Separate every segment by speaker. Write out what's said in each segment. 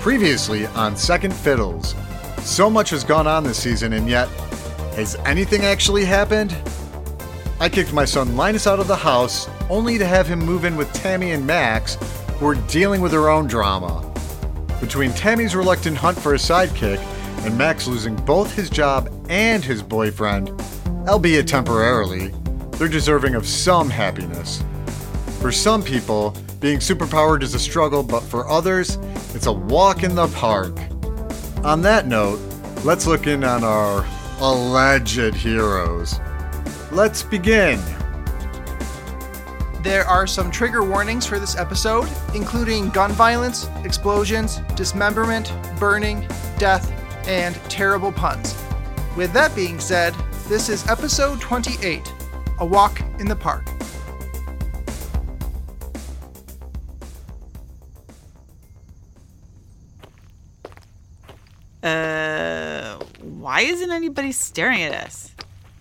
Speaker 1: Previously on Second Fiddles, so much has gone on this season, and yet, has anything actually happened? I kicked my son Linus out of the house only to have him move in with Tammy and Max, who are dealing with their own drama. Between Tammy's reluctant hunt for a sidekick and Max losing both his job and his boyfriend, albeit temporarily, they're deserving of some happiness. For some people, being superpowered is a struggle, but for others, it's a walk in the park. On that note, let's look in on our alleged heroes. Let's begin.
Speaker 2: There are some trigger warnings for this episode, including gun violence, explosions, dismemberment, burning, death, and terrible puns. With that being said, this is episode 28 A Walk in the Park.
Speaker 3: Uh, why isn't anybody staring at us?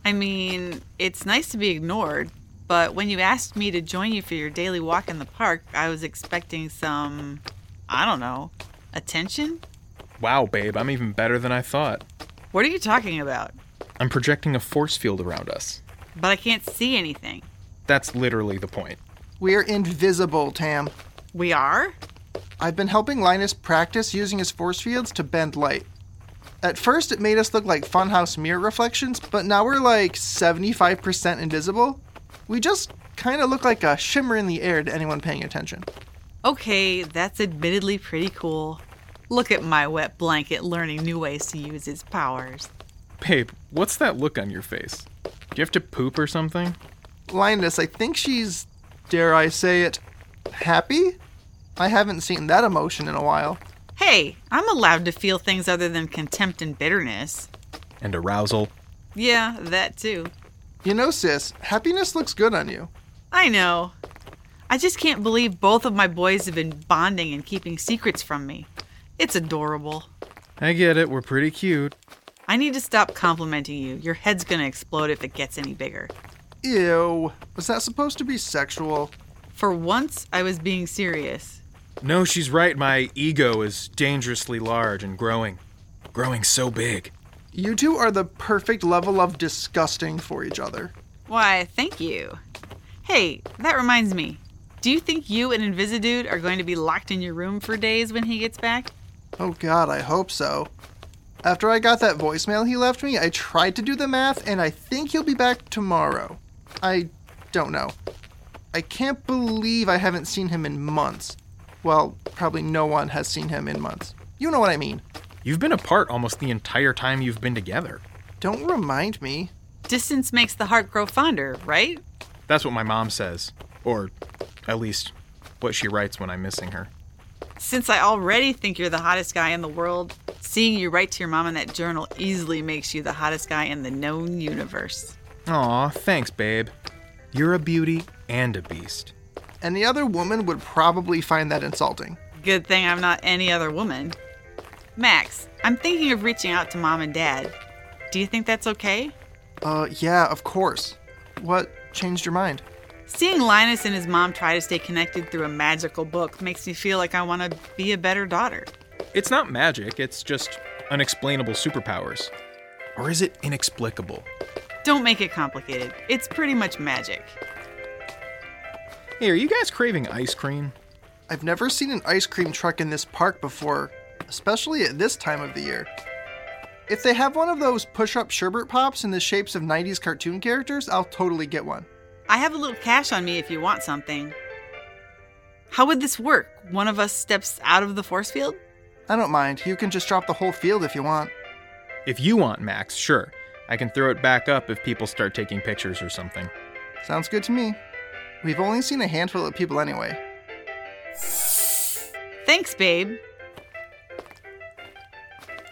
Speaker 3: I mean, it's nice to be ignored, but when you asked me to join you for your daily walk in the park, I was expecting some, I don't know, attention?
Speaker 4: Wow, babe, I'm even better than I thought.
Speaker 3: What are you talking about?
Speaker 4: I'm projecting a force field around us.
Speaker 3: But I can't see anything.
Speaker 4: That's literally the point.
Speaker 2: We're invisible, Tam.
Speaker 3: We are?
Speaker 2: I've been helping Linus practice using his force fields to bend light. At first, it made us look like funhouse mirror reflections, but now we're like 75% invisible. We just kind of look like a shimmer in the air to anyone paying attention.
Speaker 3: Okay, that's admittedly pretty cool. Look at my wet blanket learning new ways to use his powers.
Speaker 4: Babe, what's that look on your face? Do you have to poop or something?
Speaker 2: Linus, I think she's, dare I say it, happy? I haven't seen that emotion in a while.
Speaker 3: Hey, I'm allowed to feel things other than contempt and bitterness.
Speaker 4: And arousal.
Speaker 3: Yeah, that too.
Speaker 2: You know, sis, happiness looks good on you.
Speaker 3: I know. I just can't believe both of my boys have been bonding and keeping secrets from me. It's adorable.
Speaker 4: I get it, we're pretty cute.
Speaker 3: I need to stop complimenting you. Your head's gonna explode if it gets any bigger.
Speaker 2: Ew, was that supposed to be sexual?
Speaker 3: For once, I was being serious.
Speaker 4: No, she's right, my ego is dangerously large and growing. Growing so big.
Speaker 2: You two are the perfect level of disgusting for each other.
Speaker 3: Why, thank you. Hey, that reminds me. Do you think you and Invisidude are going to be locked in your room for days when he gets back?
Speaker 2: Oh god, I hope so. After I got that voicemail he left me, I tried to do the math, and I think he'll be back tomorrow. I don't know. I can't believe I haven't seen him in months. Well, probably no one has seen him in months. You know what I mean.
Speaker 4: You've been apart almost the entire time you've been together.
Speaker 2: Don't remind me.
Speaker 3: Distance makes the heart grow fonder, right?
Speaker 4: That's what my mom says. Or at least what she writes when I'm missing her.
Speaker 3: Since I already think you're the hottest guy in the world, seeing you write to your mom in that journal easily makes you the hottest guy in the known universe.
Speaker 4: Aw, thanks, babe. You're a beauty and a beast.
Speaker 2: Any other woman would probably find that insulting.
Speaker 3: Good thing I'm not any other woman. Max, I'm thinking of reaching out to mom and dad. Do you think that's okay?
Speaker 2: Uh, yeah, of course. What changed your mind?
Speaker 3: Seeing Linus and his mom try to stay connected through a magical book makes me feel like I want to be a better daughter.
Speaker 4: It's not magic, it's just unexplainable superpowers. Or is it inexplicable?
Speaker 3: Don't make it complicated. It's pretty much magic.
Speaker 4: Hey, are you guys craving ice cream?
Speaker 2: I've never seen an ice cream truck in this park before, especially at this time of the year. If they have one of those push up sherbet pops in the shapes of 90s cartoon characters, I'll totally get one.
Speaker 3: I have a little cash on me if you want something. How would this work? One of us steps out of the force field?
Speaker 2: I don't mind. You can just drop the whole field if you want.
Speaker 4: If you want, Max, sure. I can throw it back up if people start taking pictures or something.
Speaker 2: Sounds good to me. We've only seen a handful of people anyway.
Speaker 3: Thanks, babe.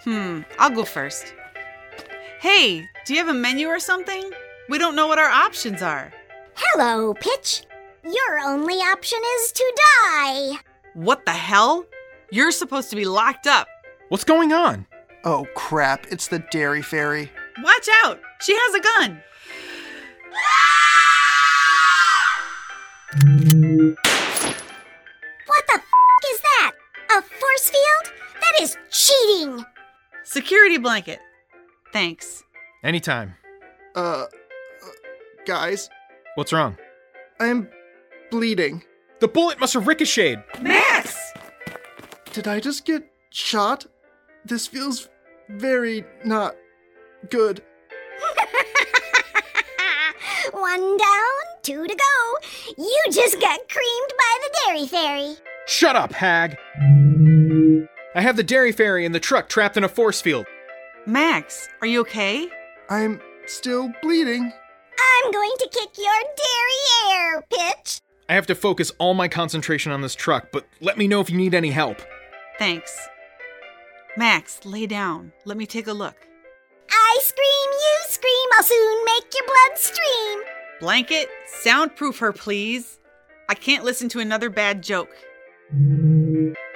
Speaker 3: Hmm, I'll go first. Hey, do you have a menu or something? We don't know what our options are.
Speaker 5: Hello, Pitch. Your only option is to die.
Speaker 3: What the hell? You're supposed to be locked up.
Speaker 4: What's going on?
Speaker 2: Oh crap, it's the Dairy Fairy.
Speaker 3: Watch out! She has a gun!
Speaker 5: What the f is that? A force field? That is
Speaker 3: like it. Thanks.
Speaker 4: Anytime.
Speaker 2: Uh, uh, guys,
Speaker 4: What's wrong?
Speaker 2: I'm bleeding.
Speaker 4: The bullet must have ricocheted.
Speaker 3: Max!
Speaker 2: Did I just get shot? This feels very not good.
Speaker 5: One down, two to go. You just got creamed by the Dairy Fairy.
Speaker 4: Shut up, hag. I have the dairy fairy in the truck trapped in a force field.
Speaker 3: Max, are you okay?
Speaker 2: I'm still bleeding.
Speaker 5: I'm going to kick your derriere, Pitch.
Speaker 4: I have to focus all my concentration on this truck, but let me know if you need any help.
Speaker 3: Thanks. Max, lay down. Let me take a look.
Speaker 5: I scream, you scream, I'll soon make your blood stream.
Speaker 3: Blanket, soundproof her, please. I can't listen to another bad joke.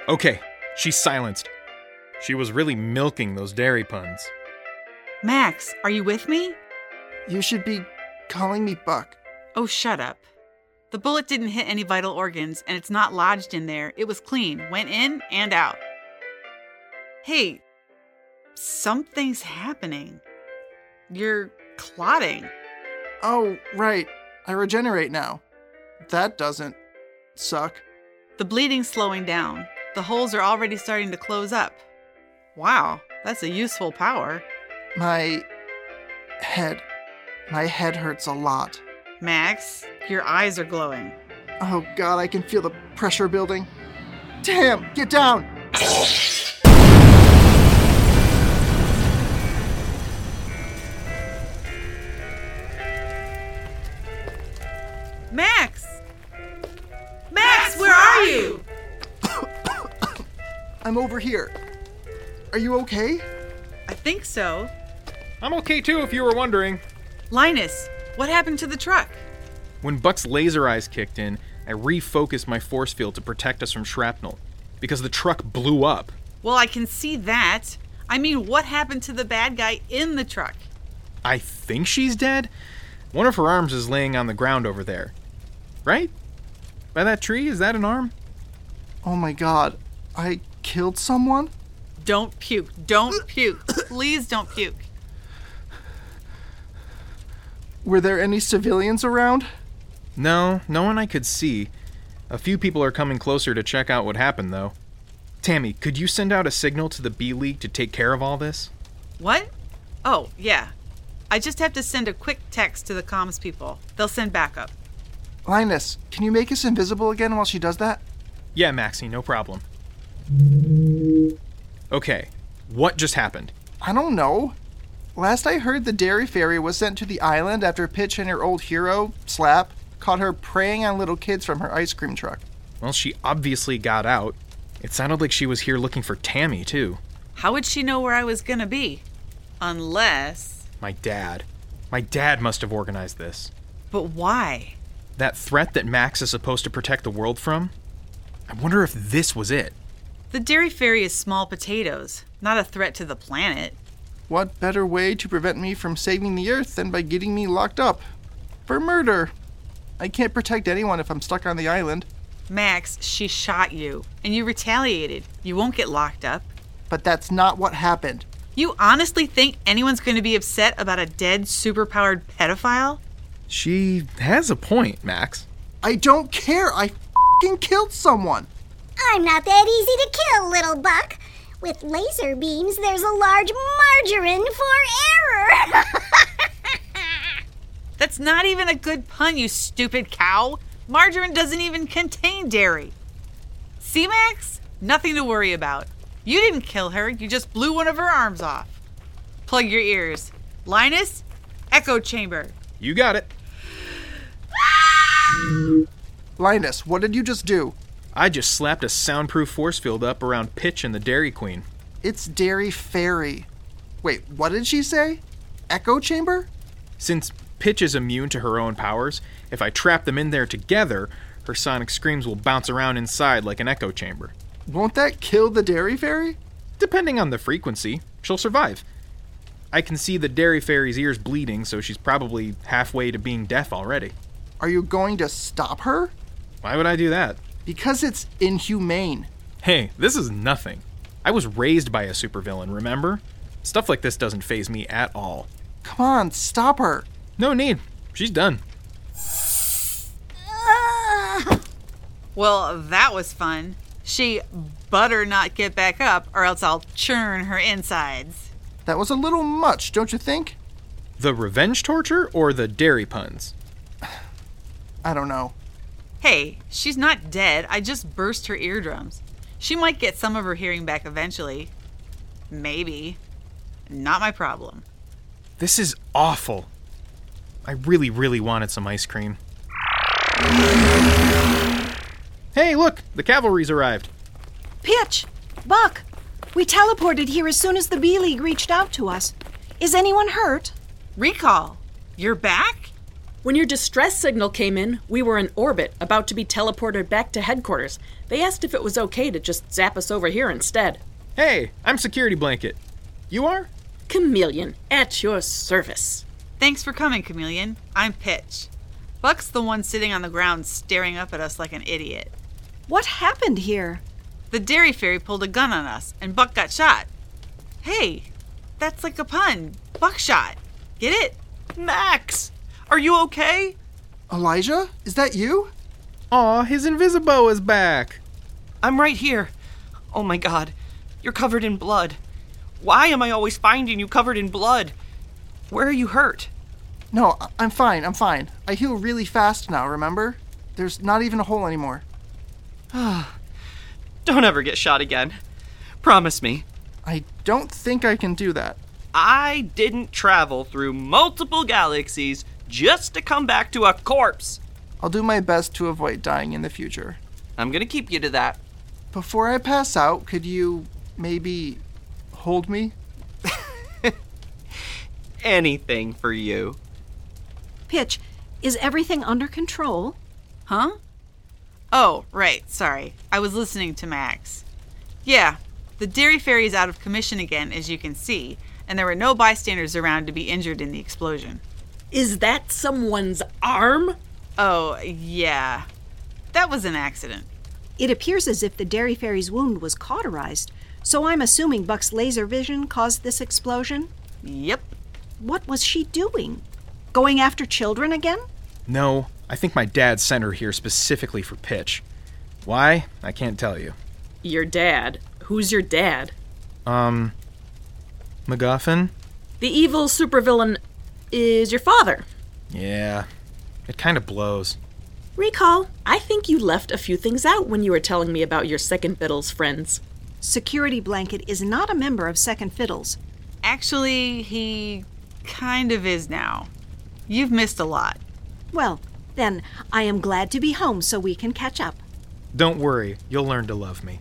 Speaker 4: Okay, she's silenced. She was really milking those dairy puns.
Speaker 3: Max, are you with me?
Speaker 2: You should be calling me Buck.
Speaker 3: Oh, shut up. The bullet didn't hit any vital organs, and it's not lodged in there. It was clean, went in and out. Hey, something's happening. You're clotting.
Speaker 2: Oh, right. I regenerate now. That doesn't suck.
Speaker 3: The bleeding's slowing down. The holes are already starting to close up. Wow, that's a useful power.
Speaker 2: My head. My head hurts a lot.
Speaker 3: Max, your eyes are glowing.
Speaker 2: Oh god, I can feel the pressure building. Damn, get down!
Speaker 3: Max! Max, where are you?
Speaker 2: I'm over here. Are you okay?
Speaker 3: I think so.
Speaker 4: I'm okay too, if you were wondering.
Speaker 3: Linus, what happened to the truck?
Speaker 4: When Buck's laser eyes kicked in, I refocused my force field to protect us from shrapnel, because the truck blew up.
Speaker 3: Well, I can see that. I mean, what happened to the bad guy in the truck?
Speaker 4: I think she's dead? One of her arms is laying on the ground over there. Right? By that tree? Is that an arm?
Speaker 2: Oh my god, I killed someone?
Speaker 3: Don't puke. Don't puke. Please don't puke.
Speaker 2: Were there any civilians around?
Speaker 4: No, no one I could see. A few people are coming closer to check out what happened, though. Tammy, could you send out a signal to the B League to take care of all this?
Speaker 3: What? Oh, yeah. I just have to send a quick text to the comms people. They'll send backup.
Speaker 2: Linus, can you make us invisible again while she does that?
Speaker 4: Yeah, Maxie, no problem. Okay, what just happened?
Speaker 2: I don't know. Last I heard, the Dairy Fairy was sent to the island after Pitch and her old hero, Slap, caught her preying on little kids from her ice cream truck.
Speaker 4: Well, she obviously got out. It sounded like she was here looking for Tammy, too.
Speaker 3: How would she know where I was gonna be? Unless.
Speaker 4: My dad. My dad must have organized this.
Speaker 3: But why?
Speaker 4: That threat that Max is supposed to protect the world from? I wonder if this was it.
Speaker 3: The dairy fairy is small potatoes, not a threat to the planet.
Speaker 2: What better way to prevent me from saving the Earth than by getting me locked up? For murder! I can't protect anyone if I'm stuck on the island,
Speaker 3: Max, she shot you, and you retaliated. You won't get locked up.
Speaker 2: but that's not what happened.
Speaker 3: You honestly think anyone's going to be upset about a dead, superpowered pedophile?
Speaker 4: She has a point, Max.
Speaker 2: I don't care! I fing killed someone!
Speaker 5: I'm not that easy to kill, little buck. With laser beams, there's a large margarine for error.
Speaker 3: That's not even a good pun, you stupid cow. Margarine doesn't even contain dairy. See, Max? Nothing to worry about. You didn't kill her, you just blew one of her arms off. Plug your ears. Linus, echo chamber.
Speaker 4: You got it.
Speaker 2: Linus, what did you just do?
Speaker 4: I just slapped a soundproof force field up around Pitch and the Dairy Queen.
Speaker 2: It's Dairy Fairy. Wait, what did she say? Echo chamber?
Speaker 4: Since Pitch is immune to her own powers, if I trap them in there together, her sonic screams will bounce around inside like an echo chamber.
Speaker 2: Won't that kill the Dairy Fairy?
Speaker 4: Depending on the frequency, she'll survive. I can see the Dairy Fairy's ears bleeding, so she's probably halfway to being deaf already.
Speaker 2: Are you going to stop her?
Speaker 4: Why would I do that?
Speaker 2: Because it's inhumane.
Speaker 4: Hey, this is nothing. I was raised by a supervillain, remember? Stuff like this doesn't faze me at all.
Speaker 2: Come on, stop her.
Speaker 4: No need. She's done.
Speaker 5: Ugh.
Speaker 3: Well, that was fun. She butter not get back up, or else I'll churn her insides.
Speaker 2: That was a little much, don't you think?
Speaker 4: The revenge torture or the dairy puns?
Speaker 2: I don't know.
Speaker 3: Hey, she's not dead. I just burst her eardrums. She might get some of her hearing back eventually. Maybe. Not my problem.
Speaker 4: This is awful. I really, really wanted some ice cream. Hey, look! The cavalry's arrived.
Speaker 6: Pitch! Buck! We teleported here as soon as the B League reached out to us. Is anyone hurt?
Speaker 3: Recall, you're back?
Speaker 7: When your distress signal came in, we were in orbit, about to be teleported back to headquarters. They asked if it was okay to just zap us over here instead.
Speaker 4: Hey, I'm Security Blanket. You are?
Speaker 7: Chameleon, at your service.
Speaker 3: Thanks for coming, Chameleon. I'm Pitch. Buck's the one sitting on the ground staring up at us like an idiot.
Speaker 6: What happened here?
Speaker 3: The dairy fairy pulled a gun on us, and Buck got shot. Hey, that's like a pun. Buckshot. Get it?
Speaker 8: Max, are you okay?
Speaker 2: Elijah, is that you?
Speaker 4: Aw, his Invisibo is back.
Speaker 8: I'm right here. Oh my god, you're covered in blood. Why am I always finding you covered in blood? Where are you hurt?
Speaker 2: No, I- I'm fine, I'm fine. I heal really fast now, remember? There's not even a hole anymore.
Speaker 8: Don't ever get shot again. Promise me.
Speaker 2: I don't think I can do that.
Speaker 8: I didn't travel through multiple galaxies just to come back to a corpse.
Speaker 2: I'll do my best to avoid dying in the future.
Speaker 8: I'm gonna keep you to that.
Speaker 2: Before I pass out, could you maybe hold me?
Speaker 8: Anything for you.
Speaker 6: Pitch, is everything under control?
Speaker 3: Huh? Oh, right. Sorry. I was listening to Max. Yeah, the dairy fairy is out of commission again, as you can see, and there were no bystanders around to be injured in the explosion.
Speaker 7: Is that someone's arm?
Speaker 3: Oh, yeah. That was an accident.
Speaker 6: It appears as if the Dairy Fairy's wound was cauterized, so I'm assuming Buck's laser vision caused this explosion.
Speaker 3: Yep.
Speaker 6: What was she doing? Going after children again?
Speaker 4: No, I think my dad sent her here specifically for pitch. Why? I can't tell you.
Speaker 7: Your dad. Who's your dad?
Speaker 4: Um. MacGuffin?
Speaker 7: The evil supervillain is your father.
Speaker 4: Yeah. It kind of blows.
Speaker 7: Recall, I think you left a few things out when you were telling me about your second fiddle's friends.
Speaker 6: Security Blanket is not a member of Second Fiddles.
Speaker 3: Actually, he kind of is now. You've missed a lot.
Speaker 6: Well, then, I am glad to be home so we can catch up.
Speaker 4: Don't worry, you'll learn to love me.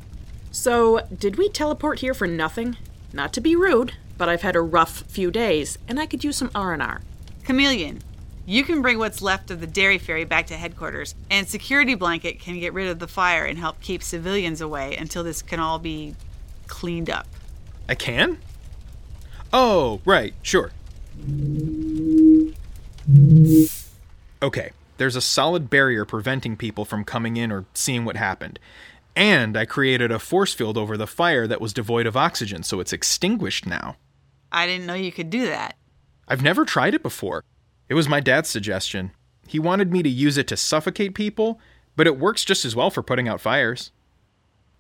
Speaker 7: So, did we teleport here for nothing? Not to be rude, but I've had a rough few days and I could use some R&R.
Speaker 3: Chameleon, you can bring what's left of the dairy fairy back to headquarters, and Security Blanket can get rid of the fire and help keep civilians away until this can all be cleaned up.
Speaker 4: I can? Oh, right, sure. Okay, there's a solid barrier preventing people from coming in or seeing what happened. And I created a force field over the fire that was devoid of oxygen, so it's extinguished now.
Speaker 3: I didn't know you could do that.
Speaker 4: I've never tried it before. It was my dad's suggestion. He wanted me to use it to suffocate people, but it works just as well for putting out fires.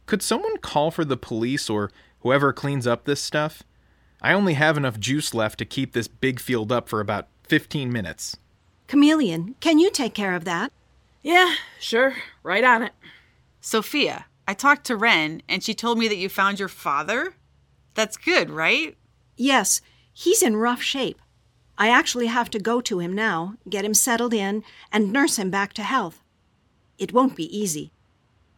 Speaker 4: Could someone call for the police or whoever cleans up this stuff? I only have enough juice left to keep this big field up for about 15 minutes.
Speaker 6: Chameleon, can you take care of that?
Speaker 7: Yeah, sure, right on it.
Speaker 3: Sophia, I talked to Ren, and she told me that you found your father? That's good, right?
Speaker 6: Yes, he's in rough shape. I actually have to go to him now, get him settled in, and nurse him back to health. It won't be easy.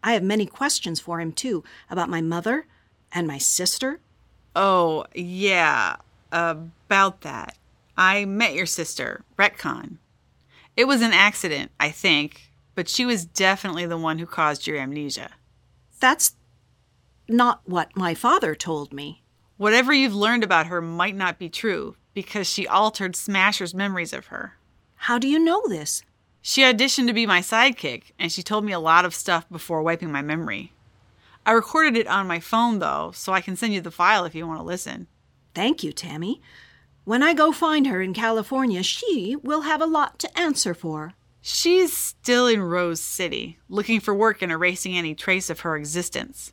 Speaker 6: I have many questions for him, too, about my mother and my sister.
Speaker 3: Oh, yeah, about that. I met your sister, Retcon. It was an accident, I think, but she was definitely the one who caused your amnesia.
Speaker 6: That's not what my father told me.
Speaker 3: Whatever you've learned about her might not be true because she altered Smasher's memories of her.
Speaker 6: How do you know this?
Speaker 3: She auditioned to be my sidekick, and she told me a lot of stuff before wiping my memory. I recorded it on my phone, though, so I can send you the file if you want to listen.
Speaker 6: Thank you, Tammy. When I go find her in California, she will have a lot to answer for.
Speaker 3: She's still in Rose City, looking for work and erasing any trace of her existence.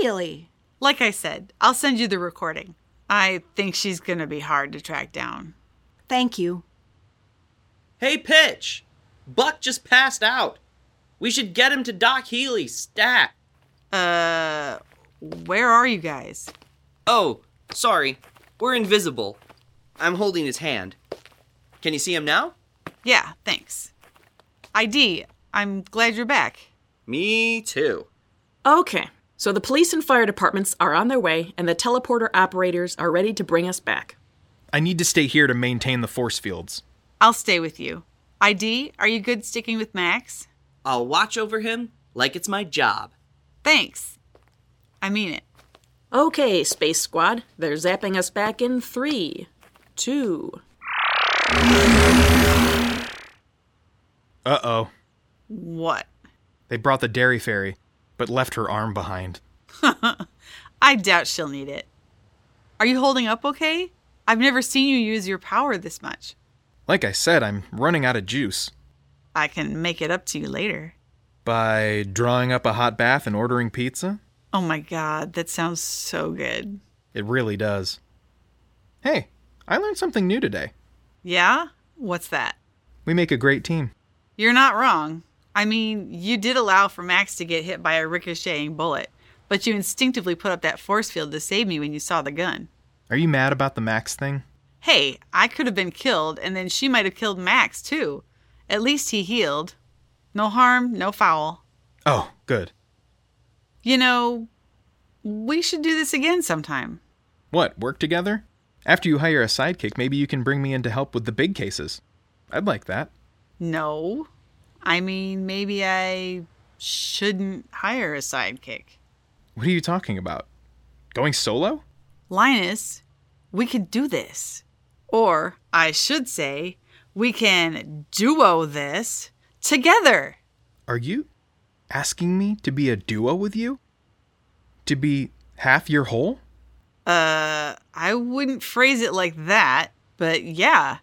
Speaker 6: Really?
Speaker 3: Like I said, I'll send you the recording. I think she's going to be hard to track down.
Speaker 6: Thank you.
Speaker 8: Hey, Pitch! Buck just passed out. We should get him to Doc Healy, stat.
Speaker 3: Uh, where are you guys?
Speaker 8: Oh, sorry. We're invisible. I'm holding his hand. Can you see him now?
Speaker 3: Yeah, thanks. ID, I'm glad you're back.
Speaker 8: Me too.
Speaker 7: Okay, so the police and fire departments are on their way, and the teleporter operators are ready to bring us back.
Speaker 4: I need to stay here to maintain the force fields.
Speaker 3: I'll stay with you. ID, are you good sticking with Max?
Speaker 8: I'll watch over him like it's my job.
Speaker 3: Thanks. I mean it.
Speaker 7: Okay, Space Squad, they're zapping us back in three, two.
Speaker 4: Uh oh.
Speaker 3: What?
Speaker 4: They brought the dairy fairy, but left her arm behind.
Speaker 3: I doubt she'll need it. Are you holding up okay? I've never seen you use your power this much.
Speaker 4: Like I said, I'm running out of juice.
Speaker 3: I can make it up to you later.
Speaker 4: By drawing up a hot bath and ordering pizza?
Speaker 3: Oh my god, that sounds so good.
Speaker 4: It really does. Hey, I learned something new today.
Speaker 3: Yeah? What's that?
Speaker 4: We make a great team.
Speaker 3: You're not wrong. I mean, you did allow for Max to get hit by a ricocheting bullet, but you instinctively put up that force field to save me when you saw the gun.
Speaker 4: Are you mad about the Max thing?
Speaker 3: Hey, I could have been killed, and then she might have killed Max too. At least he healed. No harm, no foul.
Speaker 4: Oh, good.
Speaker 3: You know, we should do this again sometime.
Speaker 4: What, work together? After you hire a sidekick, maybe you can bring me in to help with the big cases. I'd like that.
Speaker 3: No. I mean, maybe I shouldn't hire a sidekick.
Speaker 4: What are you talking about? Going solo?
Speaker 3: Linus, we could do this. Or, I should say, we can duo this together.
Speaker 4: Are you asking me to be a duo with you? To be half your whole?
Speaker 3: Uh, I wouldn't phrase it like that, but yeah,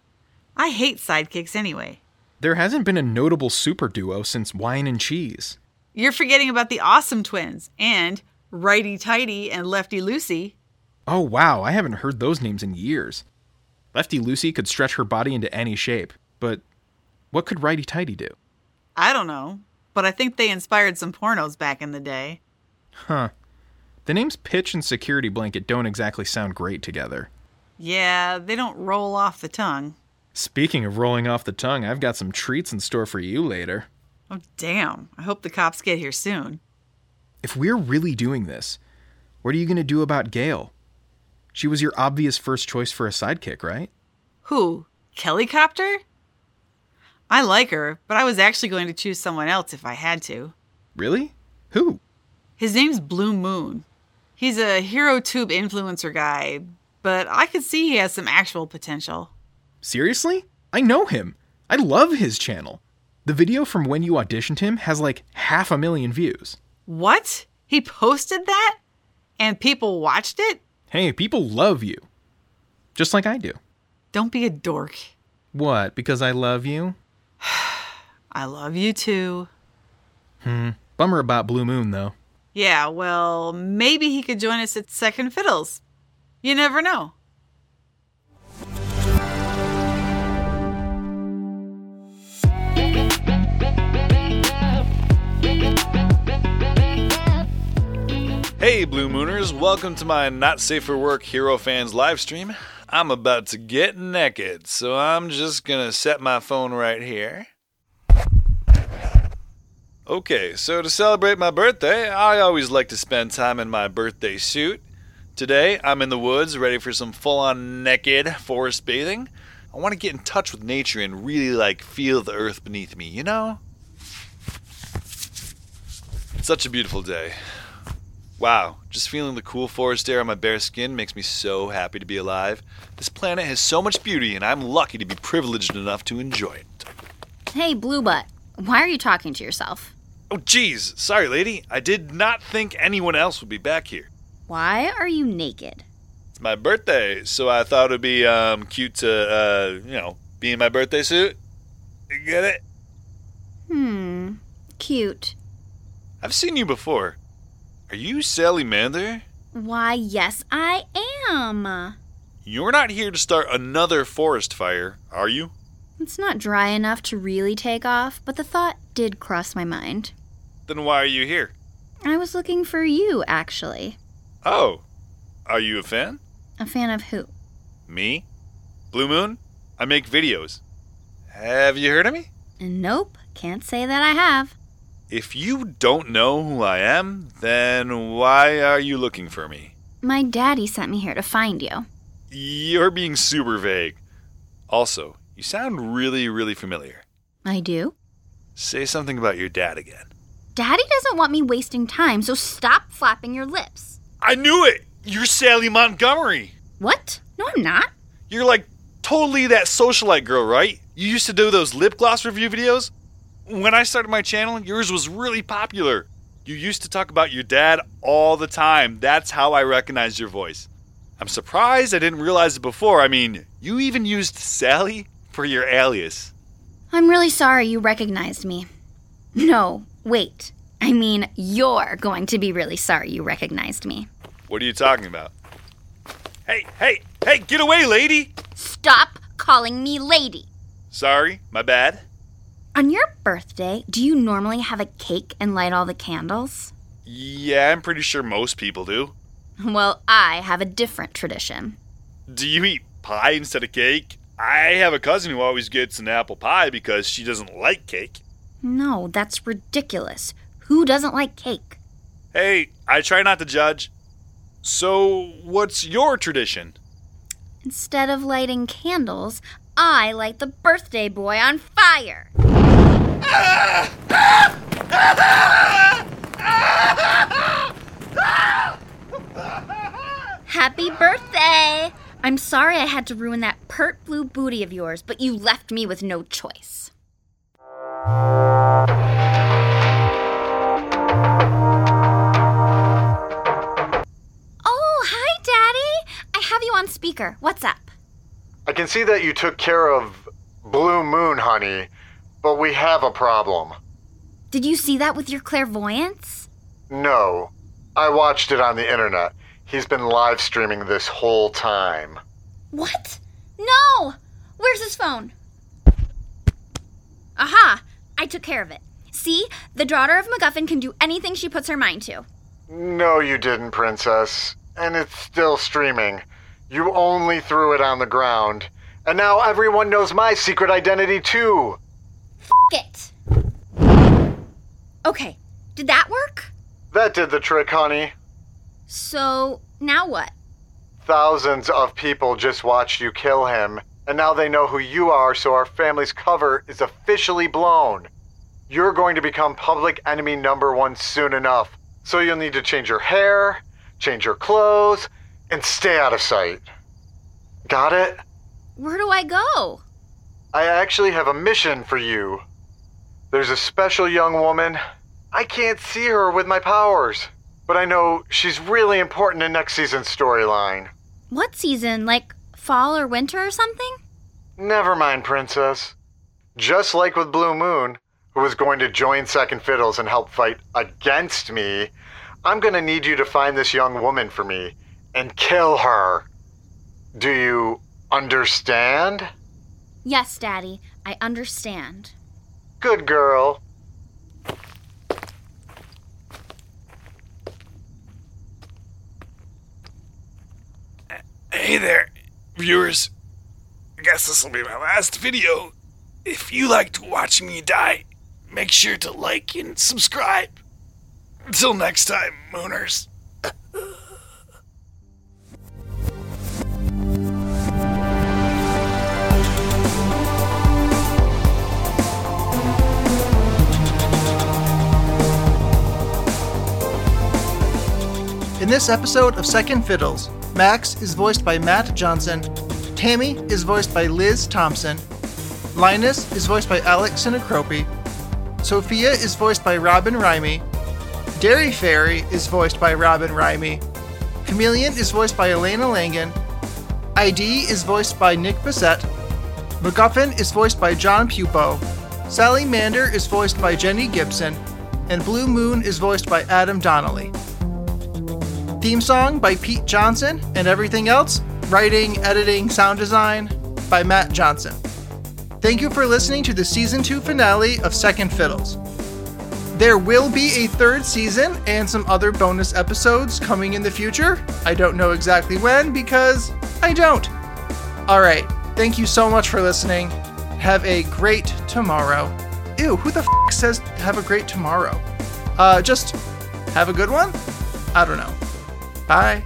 Speaker 3: I hate sidekicks anyway.
Speaker 4: There hasn't been a notable super duo since Wine and Cheese.
Speaker 3: You're forgetting about the awesome twins and Righty Tighty and Lefty Lucy.
Speaker 4: Oh, wow, I haven't heard those names in years. Lefty Lucy could stretch her body into any shape, but what could Righty Tighty do?
Speaker 3: I don't know, but I think they inspired some pornos back in the day.
Speaker 4: The names Pitch and Security Blanket don't exactly sound great together.
Speaker 3: Yeah, they don't roll off the tongue.
Speaker 4: Speaking of rolling off the tongue, I've got some treats in store for you later.
Speaker 3: Oh, damn. I hope the cops get here soon.
Speaker 4: If we're really doing this, what are you going to do about Gail? She was your obvious first choice for a sidekick, right?
Speaker 3: Who? Kelly Copter? I like her, but I was actually going to choose someone else if I had to.
Speaker 4: Really? Who?
Speaker 3: His name's Blue Moon. He's a Hero Tube influencer guy, but I could see he has some actual potential.
Speaker 4: Seriously? I know him. I love his channel. The video from when you auditioned him has like half a million views.
Speaker 3: What? He posted that? And people watched it?
Speaker 4: Hey, people love you. Just like I do.
Speaker 3: Don't be a dork.
Speaker 4: What? Because I love you?
Speaker 3: I love you too.
Speaker 4: Hmm. Bummer about Blue Moon, though.
Speaker 3: Yeah, well, maybe he could join us at Second Fiddles. You never know.
Speaker 9: Hey, Blue Mooners, welcome to my Not Safe for Work Hero Fans live stream. I'm about to get naked, so I'm just gonna set my phone right here. Okay, so to celebrate my birthday, I always like to spend time in my birthday suit. Today, I'm in the woods ready for some full on naked forest bathing. I want to get in touch with nature and really like feel the earth beneath me, you know? Such a beautiful day. Wow, just feeling the cool forest air on my bare skin makes me so happy to be alive. This planet has so much beauty, and I'm lucky to be privileged enough to enjoy it.
Speaker 10: Hey, Blue Butt, why are you talking to yourself?
Speaker 9: Oh, geez, sorry, lady. I did not think anyone else would be back here.
Speaker 10: Why are you naked?
Speaker 9: It's my birthday, so I thought it'd be um, cute to, uh, you know, be in my birthday suit. You get it?
Speaker 10: Hmm. Cute.
Speaker 9: I've seen you before. Are you Sally Mander?
Speaker 10: Why, yes, I am.
Speaker 9: You're not here to start another forest fire, are you?
Speaker 10: It's not dry enough to really take off, but the thought did cross my mind.
Speaker 9: Then why are you here?
Speaker 10: I was looking for you, actually.
Speaker 9: Oh, are you a fan?
Speaker 10: A fan of who?
Speaker 9: Me? Blue Moon? I make videos. Have you heard of me?
Speaker 10: Nope, can't say that I have.
Speaker 9: If you don't know who I am, then why are you looking for me?
Speaker 10: My daddy sent me here to find you.
Speaker 9: You're being super vague. Also, you sound really, really familiar.
Speaker 10: I do?
Speaker 9: Say something about your dad again.
Speaker 10: Daddy doesn't want me wasting time, so stop flapping your lips.
Speaker 9: I knew it! You're Sally Montgomery!
Speaker 10: What? No, I'm not.
Speaker 9: You're like totally that socialite girl, right? You used to do those lip gloss review videos? When I started my channel, yours was really popular. You used to talk about your dad all the time. That's how I recognized your voice. I'm surprised I didn't realize it before. I mean, you even used Sally for your alias.
Speaker 10: I'm really sorry you recognized me. No, wait. I mean, you're going to be really sorry you recognized me.
Speaker 9: What are you talking about? Hey, hey, hey, get away, lady!
Speaker 10: Stop calling me lady.
Speaker 9: Sorry, my bad.
Speaker 10: On your birthday, do you normally have a cake and light all the candles?
Speaker 9: Yeah, I'm pretty sure most people do.
Speaker 10: Well, I have a different tradition.
Speaker 9: Do you eat pie instead of cake? I have a cousin who always gets an apple pie because she doesn't like cake.
Speaker 10: No, that's ridiculous. Who doesn't like cake?
Speaker 9: Hey, I try not to judge. So, what's your tradition?
Speaker 10: Instead of lighting candles, I light the birthday boy on fire. Happy birthday! I'm sorry I had to ruin that pert blue booty of yours, but you left me with no choice. Oh, hi, Daddy! I have you on speaker. What's up?
Speaker 1: I can see that you took care of Blue Moon, honey, but we have a problem.
Speaker 10: Did you see that with your clairvoyance?
Speaker 1: No, I watched it on the internet. He's been live streaming this whole time.
Speaker 10: What? No! Where's his phone? Aha! I took care of it. See, the daughter of MacGuffin can do anything she puts her mind to.
Speaker 1: No, you didn't, Princess. And it's still streaming. You only threw it on the ground. And now everyone knows my secret identity, too.
Speaker 10: F it! Okay, did that work?
Speaker 1: That did the trick, honey.
Speaker 10: So, now what?
Speaker 1: Thousands of people just watched you kill him, and now they know who you are, so our family's cover is officially blown. You're going to become public enemy number one soon enough, so you'll need to change your hair, change your clothes, and stay out of sight. Got it?
Speaker 10: Where do I go?
Speaker 1: I actually have a mission for you. There's a special young woman. I can't see her with my powers, but I know she's really important in next season's storyline.
Speaker 10: What season? Like fall or winter or something?
Speaker 1: Never mind, Princess. Just like with Blue Moon, who was going to join Second Fiddles and help fight against me, I'm going to need you to find this young woman for me and kill her. Do you understand?
Speaker 10: Yes, Daddy, I understand.
Speaker 1: Good girl.
Speaker 9: Hey there, viewers. I guess this will be my last video. If you liked watching me die, make sure to like and subscribe. Until next time, Mooners.
Speaker 2: In this episode of Second Fiddles, Max is voiced by Matt Johnson, Tammy is voiced by Liz Thompson, Linus is voiced by Alex Sinacropi, Sophia is voiced by Robin Rimey, Dairy Fairy is voiced by Robin Rimey, Chameleon is voiced by Elena Langan. ID is voiced by Nick Bissett. MacGuffin is voiced by John Pupo. Sally Mander is voiced by Jenny Gibson. And Blue Moon is voiced by Adam Donnelly. Theme song by Pete Johnson, and everything else writing, editing, sound design by Matt Johnson. Thank you for listening to the season 2 finale of Second Fiddles. There will be a third season and some other bonus episodes coming in the future. I don't know exactly when because I don't. All right. Thank you so much for listening. Have a great tomorrow. Ew, who the f says have a great tomorrow? Uh, just have a good one? I don't know. Bye.